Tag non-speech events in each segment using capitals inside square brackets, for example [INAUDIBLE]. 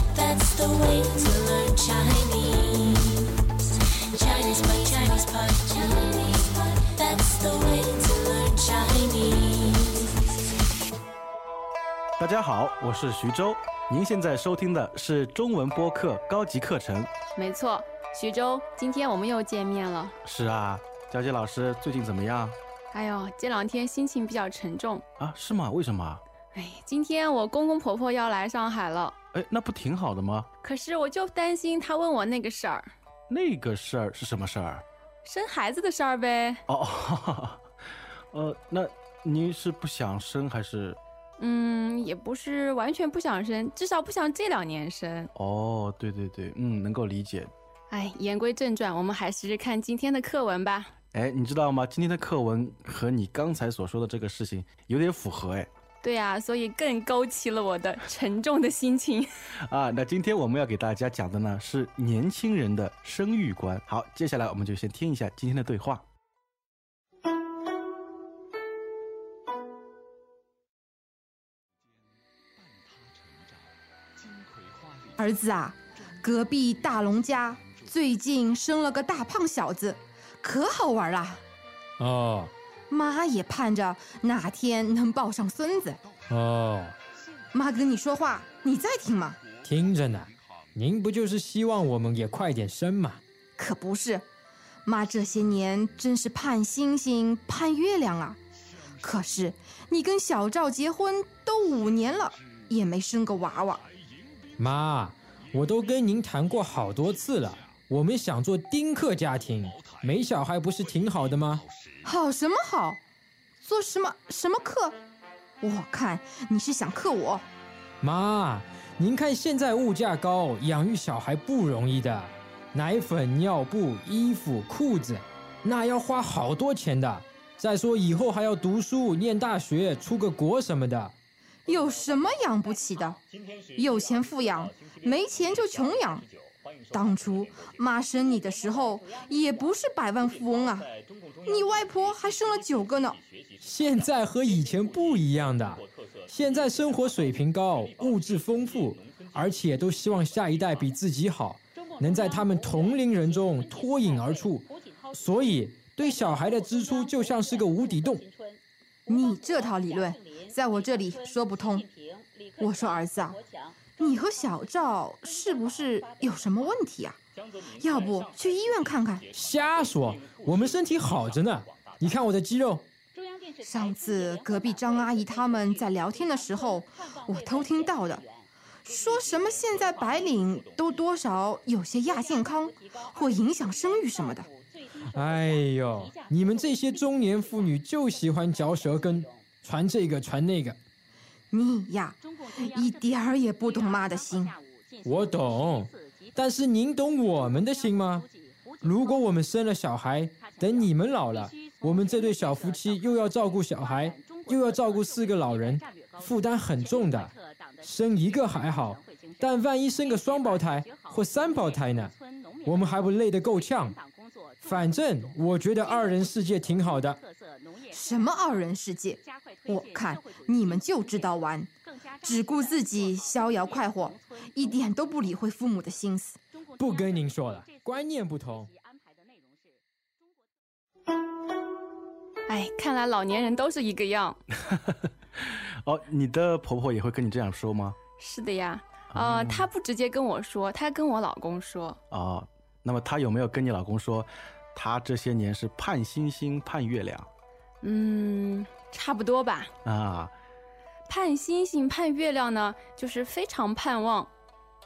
a way to learn Chinese. Chinese pot, Chinese pot, Chinese pot. That's the way to learn Chinese. 大家好，我是徐州。您现在收听的是中文播客高级课程。没错，徐州，今天我们又见面了。是啊，佳佳老师最近怎么样哎呦，这两天心情比较沉重。啊？是吗？为什么？哎，今天我公公婆婆要来上海了，哎，那不挺好的吗？可是我就担心他问我那个事儿，那个事儿是什么事儿？生孩子的事儿呗。哦， [LAUGHS] 哈哈哈呃，那您是不想生还是？嗯，也不是完全不想生，至少不想这两年生。哦，对对对，嗯，能够理解。哎，言归正传，我们还是看今天的课文吧。哎，你知道吗？今天的课文和你刚才所说的这个事情有点符合哎。对呀、所以更勾起了我的沉重的心情。啊，那今天我们要给大家讲的呢是年轻人的生育观。好，接下来我们就先听一下今天的对话。儿子啊，隔壁大龙家最近生了个大胖小子，可好玩啦！哦妈也盼着哪天能抱上孙子。哦，妈跟你说话，你在听吗？听着呢，您不就是希望我们也快点生嘛？可不是，妈这些年真是盼星星盼月亮啊。可是你跟小赵结婚都五年了，也没生个娃娃。妈，我都跟您谈过好多次了，我们想做丁克家庭，没小孩不是挺好的吗？好什么好？做什么什么课？我看你是想克我。妈，您看现在物价高，养育小孩不容易的，奶粉、尿布、衣服、裤子，那要花好多钱的。再说以后还要读书、念大学、出个国什么的。有什么养不起的？有钱富养，没钱就穷养。当初妈生你的时候，也不是百万富翁啊，你外婆还生了九个呢。现在和以前不一样的，现在生活水平高，物质丰富，而且都希望下一代比自己好，能在他们同龄人中脱颖而出，所以对小孩的支出就像是个无底洞。你这套理论，在我这里说不通。我说儿子啊，你和小赵是不是有什么问题啊？要不去医院看看？瞎说，我们身体好着呢，你看我的肌肉。上次隔壁张阿姨他们在聊天的时候，我偷听到的，说什么现在白领都多少有些亚健康，会影响生育什么的。哎呦，你们这些中年妇女就喜欢嚼舌根，传这个传那个。你呀，一点儿也不懂妈的心。我懂，但是您懂我们的心吗？如果我们生了小孩，等你们老了，我们这对小夫妻又要照顾小孩，又要照顾四个老人，负担很重的。生一个还好，但万一生个双胞胎或三胞胎呢？我们还不累得够呛。反正我觉得二人世界挺好的。什么二人世界？我看你们就知道玩，只顾自己逍遥快活，一点都不理会父母的心思。不跟您说了，观念不同。哎，看来老年人都是一个样。哦，你的婆婆也会跟你这样说吗？是的呀，呃，她不直接跟我说，她跟我老公说。哦，那么她有没有跟你老公说，她这些年是盼星星盼月亮嗯，差不多吧。啊？盼星星盼月亮呢，就是非常盼望，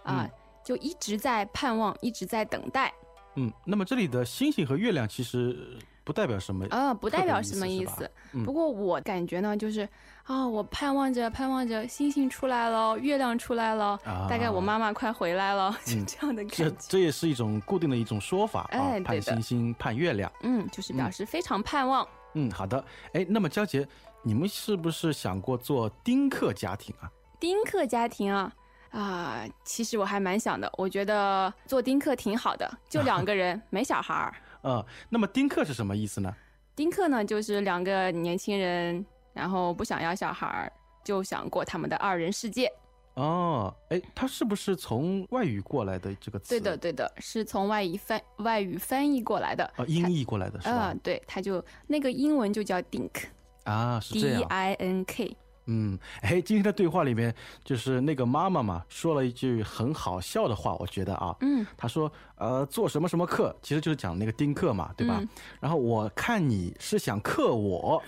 啊、就一直在盼望，一直在等待。嗯，那么这里的星星和月亮其实不代表什么呃，不代表什么意思意是思吧。嗯不过我感觉呢，就是啊、我盼望着盼望着星星出来了，月亮出来了，啊大概我妈妈快回来了，就嗯这样的感这觉。这也是一种固定的一种说法啊哎，对盼的星星盼月亮。嗯，就是表示非常盼望。嗯，好的。哎，那么娇姐，你们是不是想过做丁克家庭啊？丁克家庭啊。啊、其实我还蛮想的，我觉得做丁克挺好的，就 [LAUGHS] 两个人，没小孩儿。呃，那么丁克是什么意思呢？丁克呢，就是两个年轻人，然后不想要小孩儿，就想过他们的二人世界。哦，哎，它是不是从外语过来的这个词？对的，，对的，是从外语翻外语翻译过来的。哦，音译过来的是啊、吧？对，它就那个英文就叫 dink，d 啊，是这 E i 样。 n k。嗯，哎，今天的对话里面，就是那个妈妈嘛，说了一句很好笑的话，我觉得啊，嗯，她说，呃，做什么什么课，其实就是讲那个丁克嘛，对吧？嗯然后我看你是想克 [LAUGHS] 我，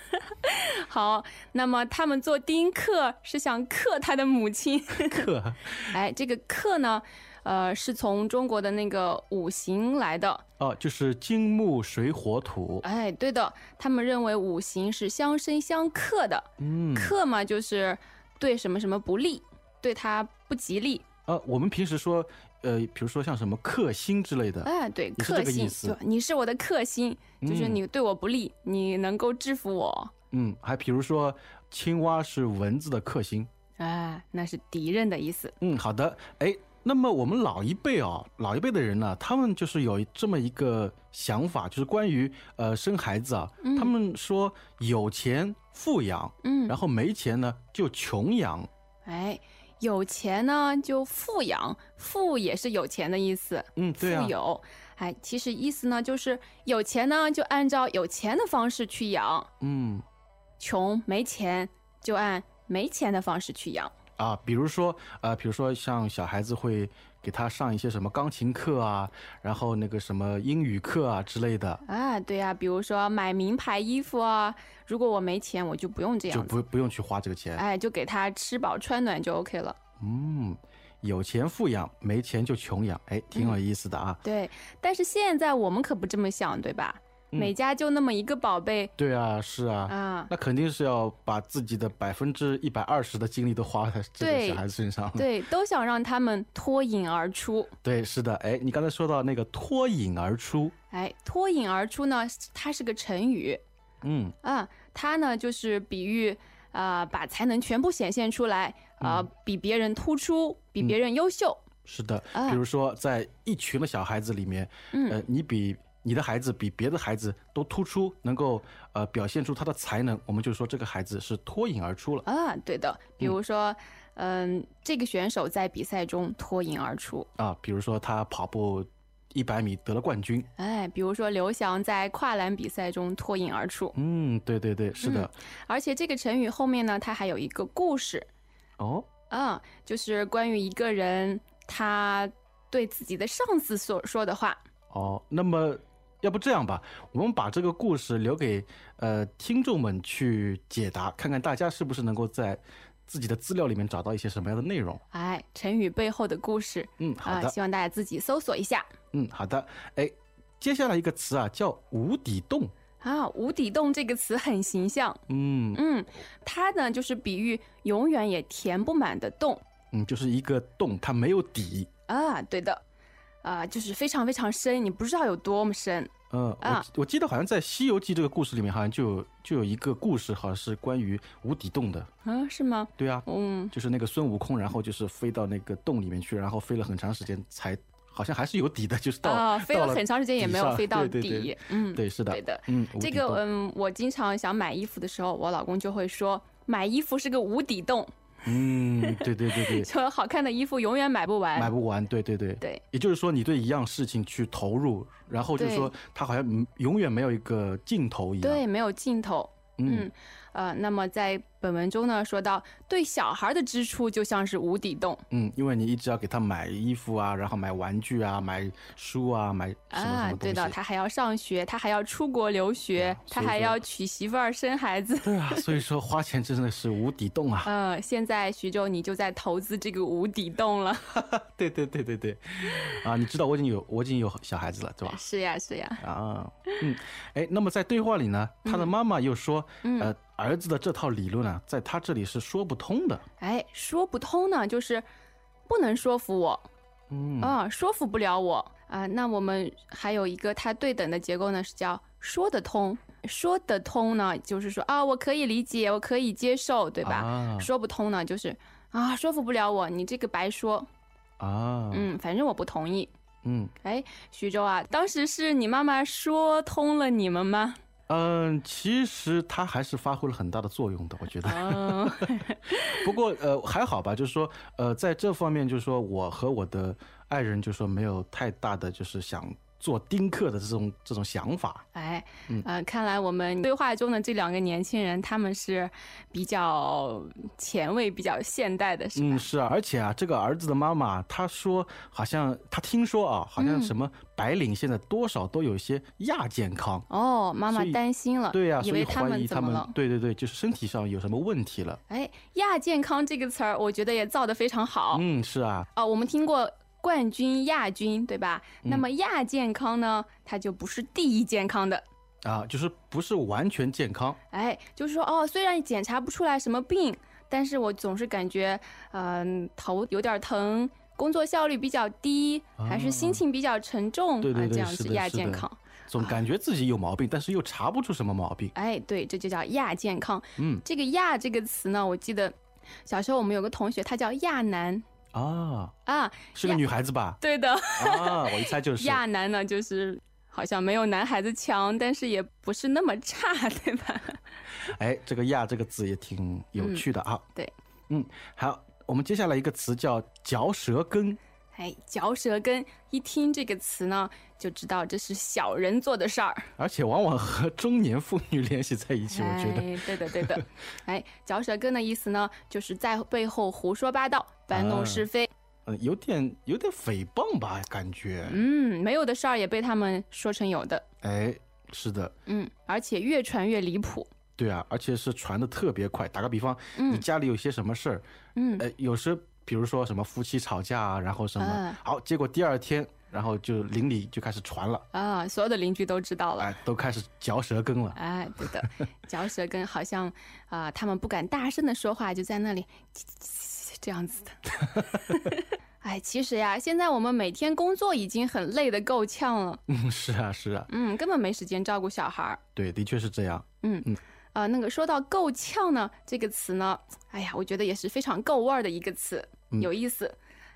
好，那么他们做丁克是想克他的母亲。 [LAUGHS] 克，哎，这个克呢，呃，是从中国的那个五行来的。哦，就是金木水火土，哎，对的，他们认为五行是相生相克的，嗯，克嘛就是对什么什么不利，对他不吉利。呃，我们平时说，呃，比如说像什么克星之类的，哎，对，也啊是这克个意星，思对，你是我的克星，就是嗯你对我不利，你能够制服我。嗯，还比如说青蛙是蚊子的克星，哎，那是敌人的意思。嗯，好的。哎，那么我们老一辈哦，老一辈的人呢，他们就是有这么一个想法，就是关于呃生孩子啊，他们说有钱富养，嗯然后没钱呢就穷养。哎，有钱呢就富养，富也是有钱的意思，嗯，对啊富，有。哎，其实意思呢就是有钱呢就按照有钱的方式去养，嗯穷没钱就按没钱的方式去养。啊，比如说呃，比如说像小孩子会给他上一些什么钢琴课啊，然后那个什么英语课啊之类的，啊，对呀、比如说买名牌衣服啊，如果我没钱，我就不用这就样子，不不用去花这个钱。哎，就给他吃饱穿暖就 OK 了。嗯，有钱富养，没钱就穷养，哎，挺有意思的啊。对，但是现在我们可不这么想，对吧？嗯每家就那么一个宝贝对啊，是啊。啊，那肯定是要把自己的百分之一百二十的精力都花在这个对小孩子身上。对，都想让他们脱颖而出。对是的。哎，你刚才说到那个脱颖而出，哎，脱颖而出呢，它是个成语嗯，啊，它呢就是比喻啊、把才能全部显现出来啊、嗯比别人突出，比别人优秀。是的。啊比如说，在一群的小孩子里面，嗯呃，你比你的孩子比别的孩子都突出，能够呃表现出他的才能，我们就说这个孩子是脱颖而出了。啊，对的，比如说，嗯、这个选手在比赛中脱颖而出，啊，比如说他跑步一百米得了冠军，哎，比如说刘翔在跨栏比赛中脱颖而出，嗯，对对对，是的。而且这个成语后面呢，它还有一个故事，哦，嗯，就是关于一个人他对自己的上司所说的话，哦，那么要不这样吧，我们把这个故事留给呃听众们去解答，看看大家是不是能够在自己的资料里面找到一些什么样的内容。哎，成语背后的故事，嗯，好啊、的，希望大家自己搜索一下嗯，好的。哎，接下来一个词啊，叫无底洞。啊，“无底洞”这个词很形象，嗯嗯，它呢就是比喻永远也填不满的洞。嗯，就是一个洞，它没有底。啊，对的，啊、就是非常非常深，你不知道有多么深。嗯，我啊我记得好像在《西游记》这个故事里面，好像就有就有一个故事，好像是关于无底洞的。啊，是吗？对啊，嗯，就是那个孙悟空，然后就是飞到那个洞里面去，然后飞了很长时间才好像还是有底的， [LAUGHS] 就是到啊，飞到了很长时间也没有上飞到底。对对对嗯，对，是的，对的。嗯，无这底个洞嗯，我经常想买衣服的时候，我老公就会说，买衣服是个无底洞，嗯，对对对 [LAUGHS] 对，说好看的衣服永远买不完。买不完，对对对，啊对也就是说，你对一样事情去投入，然后就是对说，它好像嗯永远没有一个尽头一样。对，没有尽头。嗯，嗯，呃，那么在本文中呢，说到对小孩的支出就像是无底洞嗯，因为你一直要给他买衣服啊，然后买玩具啊，买书啊，买什么什啊么，东西。啊对的，他还要上学，他还要出国留学，所他以还说要娶媳妇儿、生孩子。对啊，所以说花钱真的是无底洞啊！呃，现在徐州你就在投资这个无底洞了。 [LAUGHS] 对对对对对，啊，你知道我已经有我已经有小孩子了，对吧？是呀，是呀。啊，嗯，哎，那么在对话里呢，他嗯的妈妈又说，呃，儿子的这套理论啊，在他这里是说不通的。哎，说不通呢，就是不能说服我，嗯啊、说服不了我啊、那我们还有一个它对等的结构呢，是叫说得通。说得通呢，就是说啊，我可以理解，我可以接受，对吧？啊说不通呢，就是啊，说服不了我，你这个白说，啊，嗯，反正我不同意。嗯 [LAUGHS] 哎，徐州啊，当时是你妈妈说通了你们吗？嗯，其实它还是发挥了很大的作用的，我觉得。嗯，不过呃还好吧，就是说呃在这方面，就是说我和我的爱人就说没有太大的就是想做丁克的这种这种想法。哎，嗯呃，看来我们对话中的这两个年轻人，他们是比较前卫、比较现代的，是吧？嗯，是啊，而且啊，这个儿子的妈妈她说，好像她听说啊，好嗯像什么白领现在多少都有一些亚健康。哦，妈妈所以担心了，对呀、以所以为他怀疑们他怎么们了？对对对，就是身体上有什么问题了。哎，亚健康这个词儿，我觉得也造得非常好。嗯，是啊，哦，我们听过冠军、亚军，对吧？嗯那么亚健康呢，它就不是第一健康的。啊，就是不是完全健康。哎，就是说，哦，虽然检查不出来什么病，但是我总是感觉，嗯、头有点疼，工作效率比较低，还是心情比较沉重，啊对对啊，对这样是是的亚是健的康。总感觉自己有毛病，但是又查不出什么毛病。哎，对，这就叫亚健康。嗯这个亚这个词呢，我记得小时候我们有个同学，他叫亚楠啊，啊，是个呀女孩子吧？对的。啊，我一猜 [LAUGHS] 就是。亚男呢，就是好像没有男孩子强，但是也不是那么差， [LAUGHS] 对吧？哎，这个“亚”这个字也挺有趣的啊。对，嗯，好，我们接下来一个词叫“嚼舌根哎，嚼舌根，一听这个词呢，就知道这是小人做的事儿。”，而且往往和中年妇女联系在一起，我觉得。哎，对的，对 [LAUGHS] 的。哎，嚼舌根的意思呢，就是在背后胡说八道，搬弄是非。嗯，有点有点诽谤吧，感觉。嗯，没有的事儿也被他们说成有的。哎，是的，嗯，而且越传越离谱。对啊，而且是传的特别快。打个比方，你家里有些什么事儿，嗯，呃，有时比如说什么夫妻吵架啊，然后什嗯么，好，结果第二天，然后就邻里就开始传了，啊，所有的邻居都知道了。哎，都开始嚼舌根了。 [LAUGHS] 哎，对的，嚼舌根好像啊、他们不敢大声的说话，就在那里这样子的。 [LAUGHS] 哎，其实呀，现在我们每天工作已经很累得够呛了，嗯，是啊，是啊，嗯，根本没时间照顾小孩儿。对，的确是这样。啊、那个说到“够呛”呢，这个词呢，哎呀，我觉得也是非常够味儿的一个词，嗯有意思。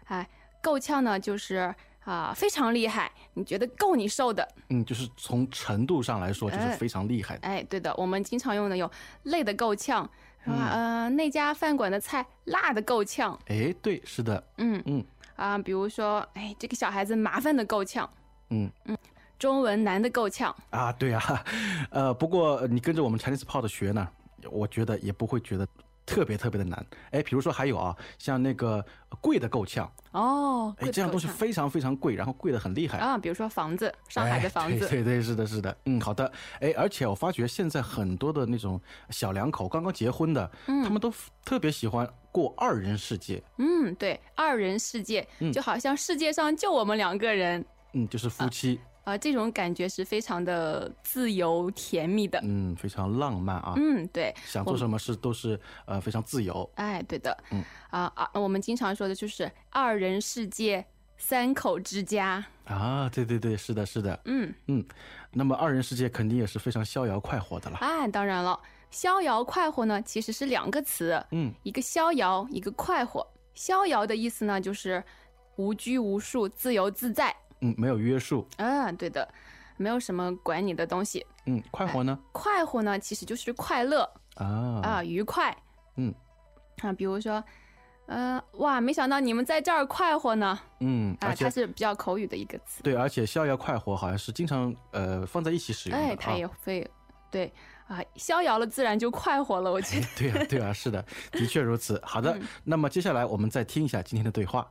哎，够呛呢，就是啊、非常厉害，你觉得够你受的。嗯，就是从程度上来说，就是哎非常厉害的。哎，对的，我们经常用的有累得够呛，是吧？嗯呃，那家饭馆的菜辣得够呛，哎，对，是的，嗯嗯啊、比如说，哎，这个小孩子麻烦的够呛，嗯中文难的够呛，啊，对啊，呃，不过呃你跟着我们 Chinese Pod 学呢，我觉得也不会觉得特别特别的难。哎，比如说还有啊，像那个呃贵的够呛，哦，贵哎，得这样够东西呛非常非常贵，然后贵的很厉害。啊，比如说房子，上海的哎房子，对对对，是的，是的，嗯，好的，哎，而且我发觉现在很多的那种小两口刚刚结婚的，他们都特别喜欢过二人世界，嗯，对，二人世界、就好像世界上就我们两个人。嗯，就是夫妻，啊、这种感觉是非常的自由甜蜜的。嗯，非常浪漫啊，嗯，对，想做什么事都是呃非常自由。哎，对的，啊、啊，我们经常说的就是二人世界、三口之家。啊，对对对，是的，是的，嗯嗯，那么二人世界肯定也是非常逍遥快活的了。啊，当然了，逍遥快活呢其实是两个词，嗯，一个逍遥，一个快活。逍遥的意思呢就是无拘无束、自由自在。嗯，没有约束。啊，对的，没有什么管你的东西。嗯，快活呢？快活呢其实就是快乐，啊，啊，愉快，嗯，啊，比如说，呃，哇，没想到你们在这儿快活呢，嗯，而啊，它且是比较口语的一个词，对，而且逍遥快活好像是经常呃放在一起使用的哎，啊。它也会，对，啊，逍遥了自然就快活了，我觉 [LAUGHS] 得， [LAUGHS] 对啊，对啊，是的，的确如此。好的，嗯那么接下来我们再听一下今天的对话。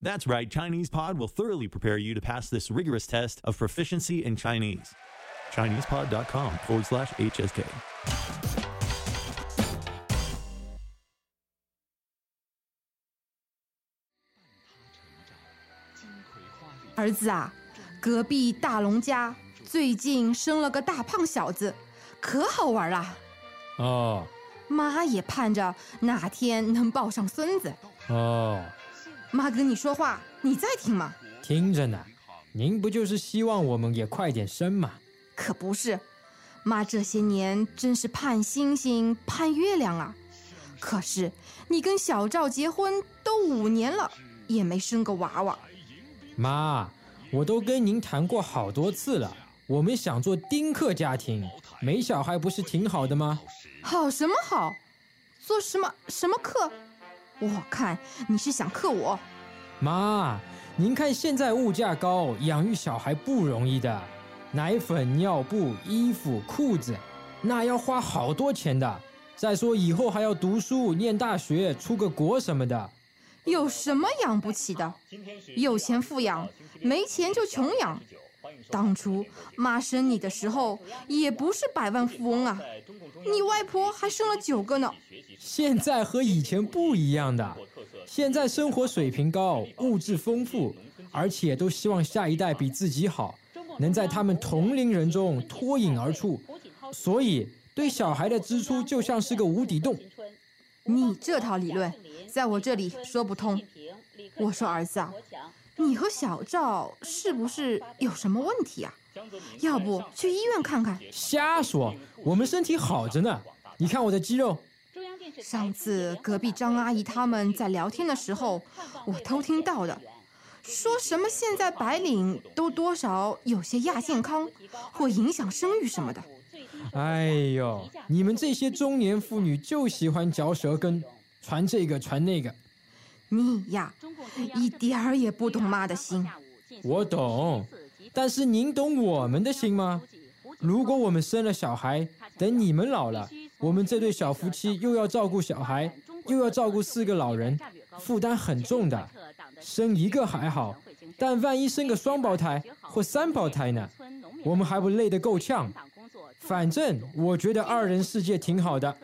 That's right, Chinese Pod will thoroughly prepare you to pass this rigorous test of proficiency in Chinese. ChinesePod.com forward slash HSK. 儿子啊，隔壁大龙家最近生了个大胖小子，可好玩啦！哦妈也盼着哪天能抱上孙子。哦，妈跟你说话，你在听吗？听着呢，您不就是希望我们也快点生嘛？可不是，妈这些年真是盼星星盼月亮啊。可是你跟小赵结婚都五年了，也没生个娃娃。妈，我都跟您谈过好多次了，我们想做丁克家庭，没小孩不是挺好的吗？好什么好？做什么什么课？我看你是想克我。妈，您看现在物价高，养育小孩不容易的，奶粉、尿布、衣服、裤子，那要花好多钱的。再说以后还要读书、念大学、出个国什么的。有什么养不起的？有钱富养，没钱就穷养。当初妈生你的时候也不是百万富翁啊，你外婆还生了九个呢。现在和以前不一样的，现在生活水平高，物质丰富，而且都希望下一代比自己好，能在他们同龄人中脱颖而出，所以对小孩的支出就像是个无底洞。你这套理论在我这里说不通。我说儿子啊，你和小赵是不是有什么问题啊？要不去医院看看？瞎说，我们身体好着呢。你看我的肌肉，上次隔壁张阿姨他们在聊天的时候，我偷听到的，说什么现在白领都多少有些亚健康，会影响生育什么的。哎呦，你们这些中年妇女就喜欢嚼舌根，传这个传那个。你呀，一点儿也不懂妈的心。我懂，但是您懂我们的心吗？如果我们生了小孩，等你们老了，我们这对小夫妻又要照顾小孩，又要照顾四个老人，负担很重的。生一个还好，但万一生个双胞胎或三胞胎呢？我们还不累得够呛？反正我觉得二人世界挺好的。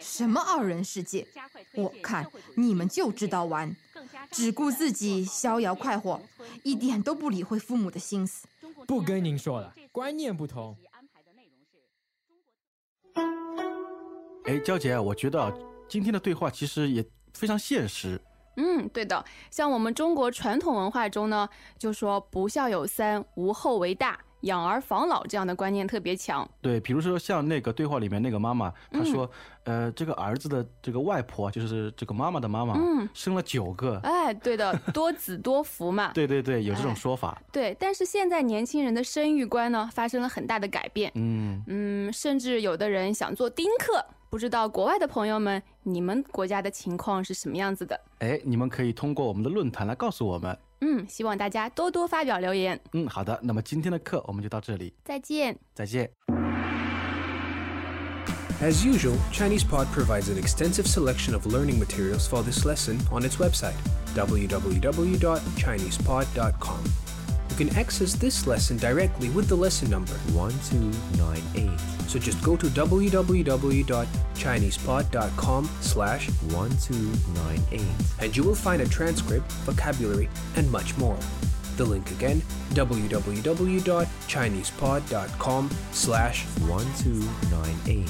什么二人世界？我看你们就知道玩，只顾自己逍遥快活，一点都不理会父母的心思。不跟您说了，观念不同。哎，娇姐，我觉得啊，今天的对话其实也非常现实。嗯，对的。像我们中国传统文化中呢，就说不孝有三，无后为大，养儿防老这样的观念特别强。对，比如说像那个对话里面那个妈妈，她嗯说，呃，这个儿子的这个外婆，就是这个妈妈的妈妈，嗯生了九个。哎，对的，多子多福 [LAUGHS] 嘛。对对对，有这种哎说法。对，但是现在年轻人的生育观呢，发生了很大的改变。嗯，嗯，甚至有的人想做丁克，不知道国外的朋友们，你们国家的情况是什么样子的？哎，你们可以通过我们的论坛来告诉我们。嗯，希望大家多多发表留言。嗯，好的，那么今天的课我们就到这里，再见。再见。 As usual, ChinesePod provides an extensive selection of learning materials for this lesson on its website, www.chinesepod.com. You can access this lesson directly with the lesson number, 1298 so just go to www.chinesepod.com slash 1298 and you will find a transcript, vocabulary, and much more. The link again, www.chinesepod.com slash 1298